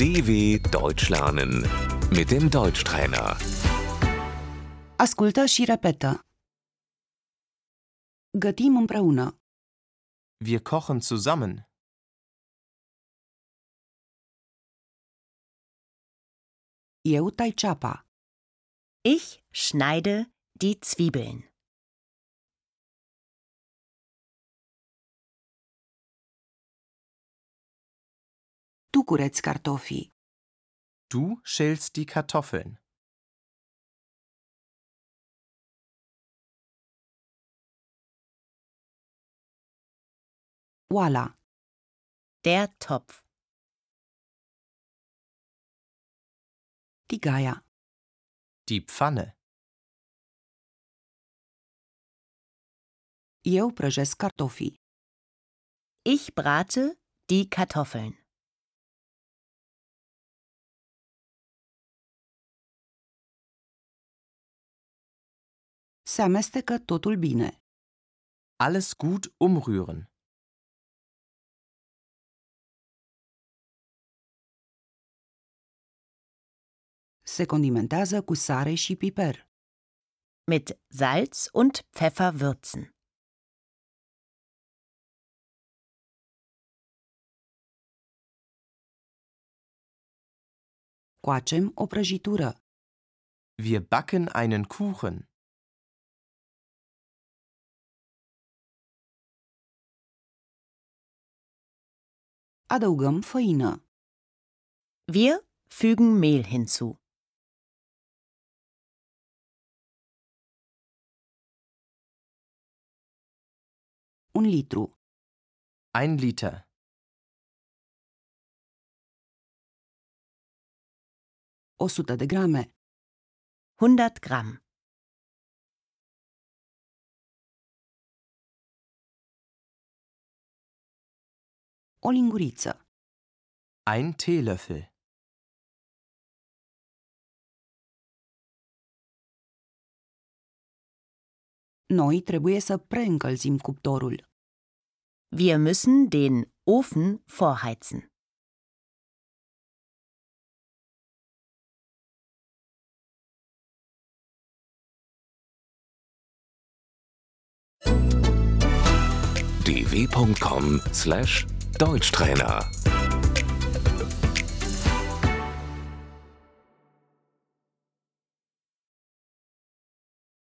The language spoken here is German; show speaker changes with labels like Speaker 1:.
Speaker 1: DW Deutsch lernen mit dem Deutschtrainer.
Speaker 2: Ascultă și repetă. Gătim împreună.
Speaker 3: Wir kochen zusammen.
Speaker 2: Eu tai ceapa.
Speaker 4: Ich schneide die Zwiebeln.
Speaker 2: Tu cureți cartofii.
Speaker 3: Du schälst die Kartoffeln.
Speaker 2: Oala.
Speaker 4: Der Topf.
Speaker 2: Tigaia.
Speaker 3: Die Pfanne.
Speaker 2: Eu prăjesc cartofii.
Speaker 4: Ich brate die Kartoffeln.
Speaker 2: Se amestecă totul bine.
Speaker 3: Alles gut umrühren.
Speaker 2: Se condimentează cu sare și piper.
Speaker 4: Mit Salz und Pfeffer würzen.
Speaker 2: Coacem o prăjitură.
Speaker 3: Wir backen einen Kuchen.
Speaker 2: Adăugăm făină.
Speaker 4: Wir fügen Mehl hinzu.
Speaker 2: Un litru.
Speaker 3: Ein Liter.
Speaker 2: o 100 de grame.
Speaker 4: 100 Gramm.
Speaker 2: O linguriță.
Speaker 3: Ein Teelöffel.
Speaker 2: Noi trebuie să preîncălzim cuptorul.
Speaker 4: Wir müssen den Ofen vorheizen.
Speaker 1: dw.com/deutschtrainer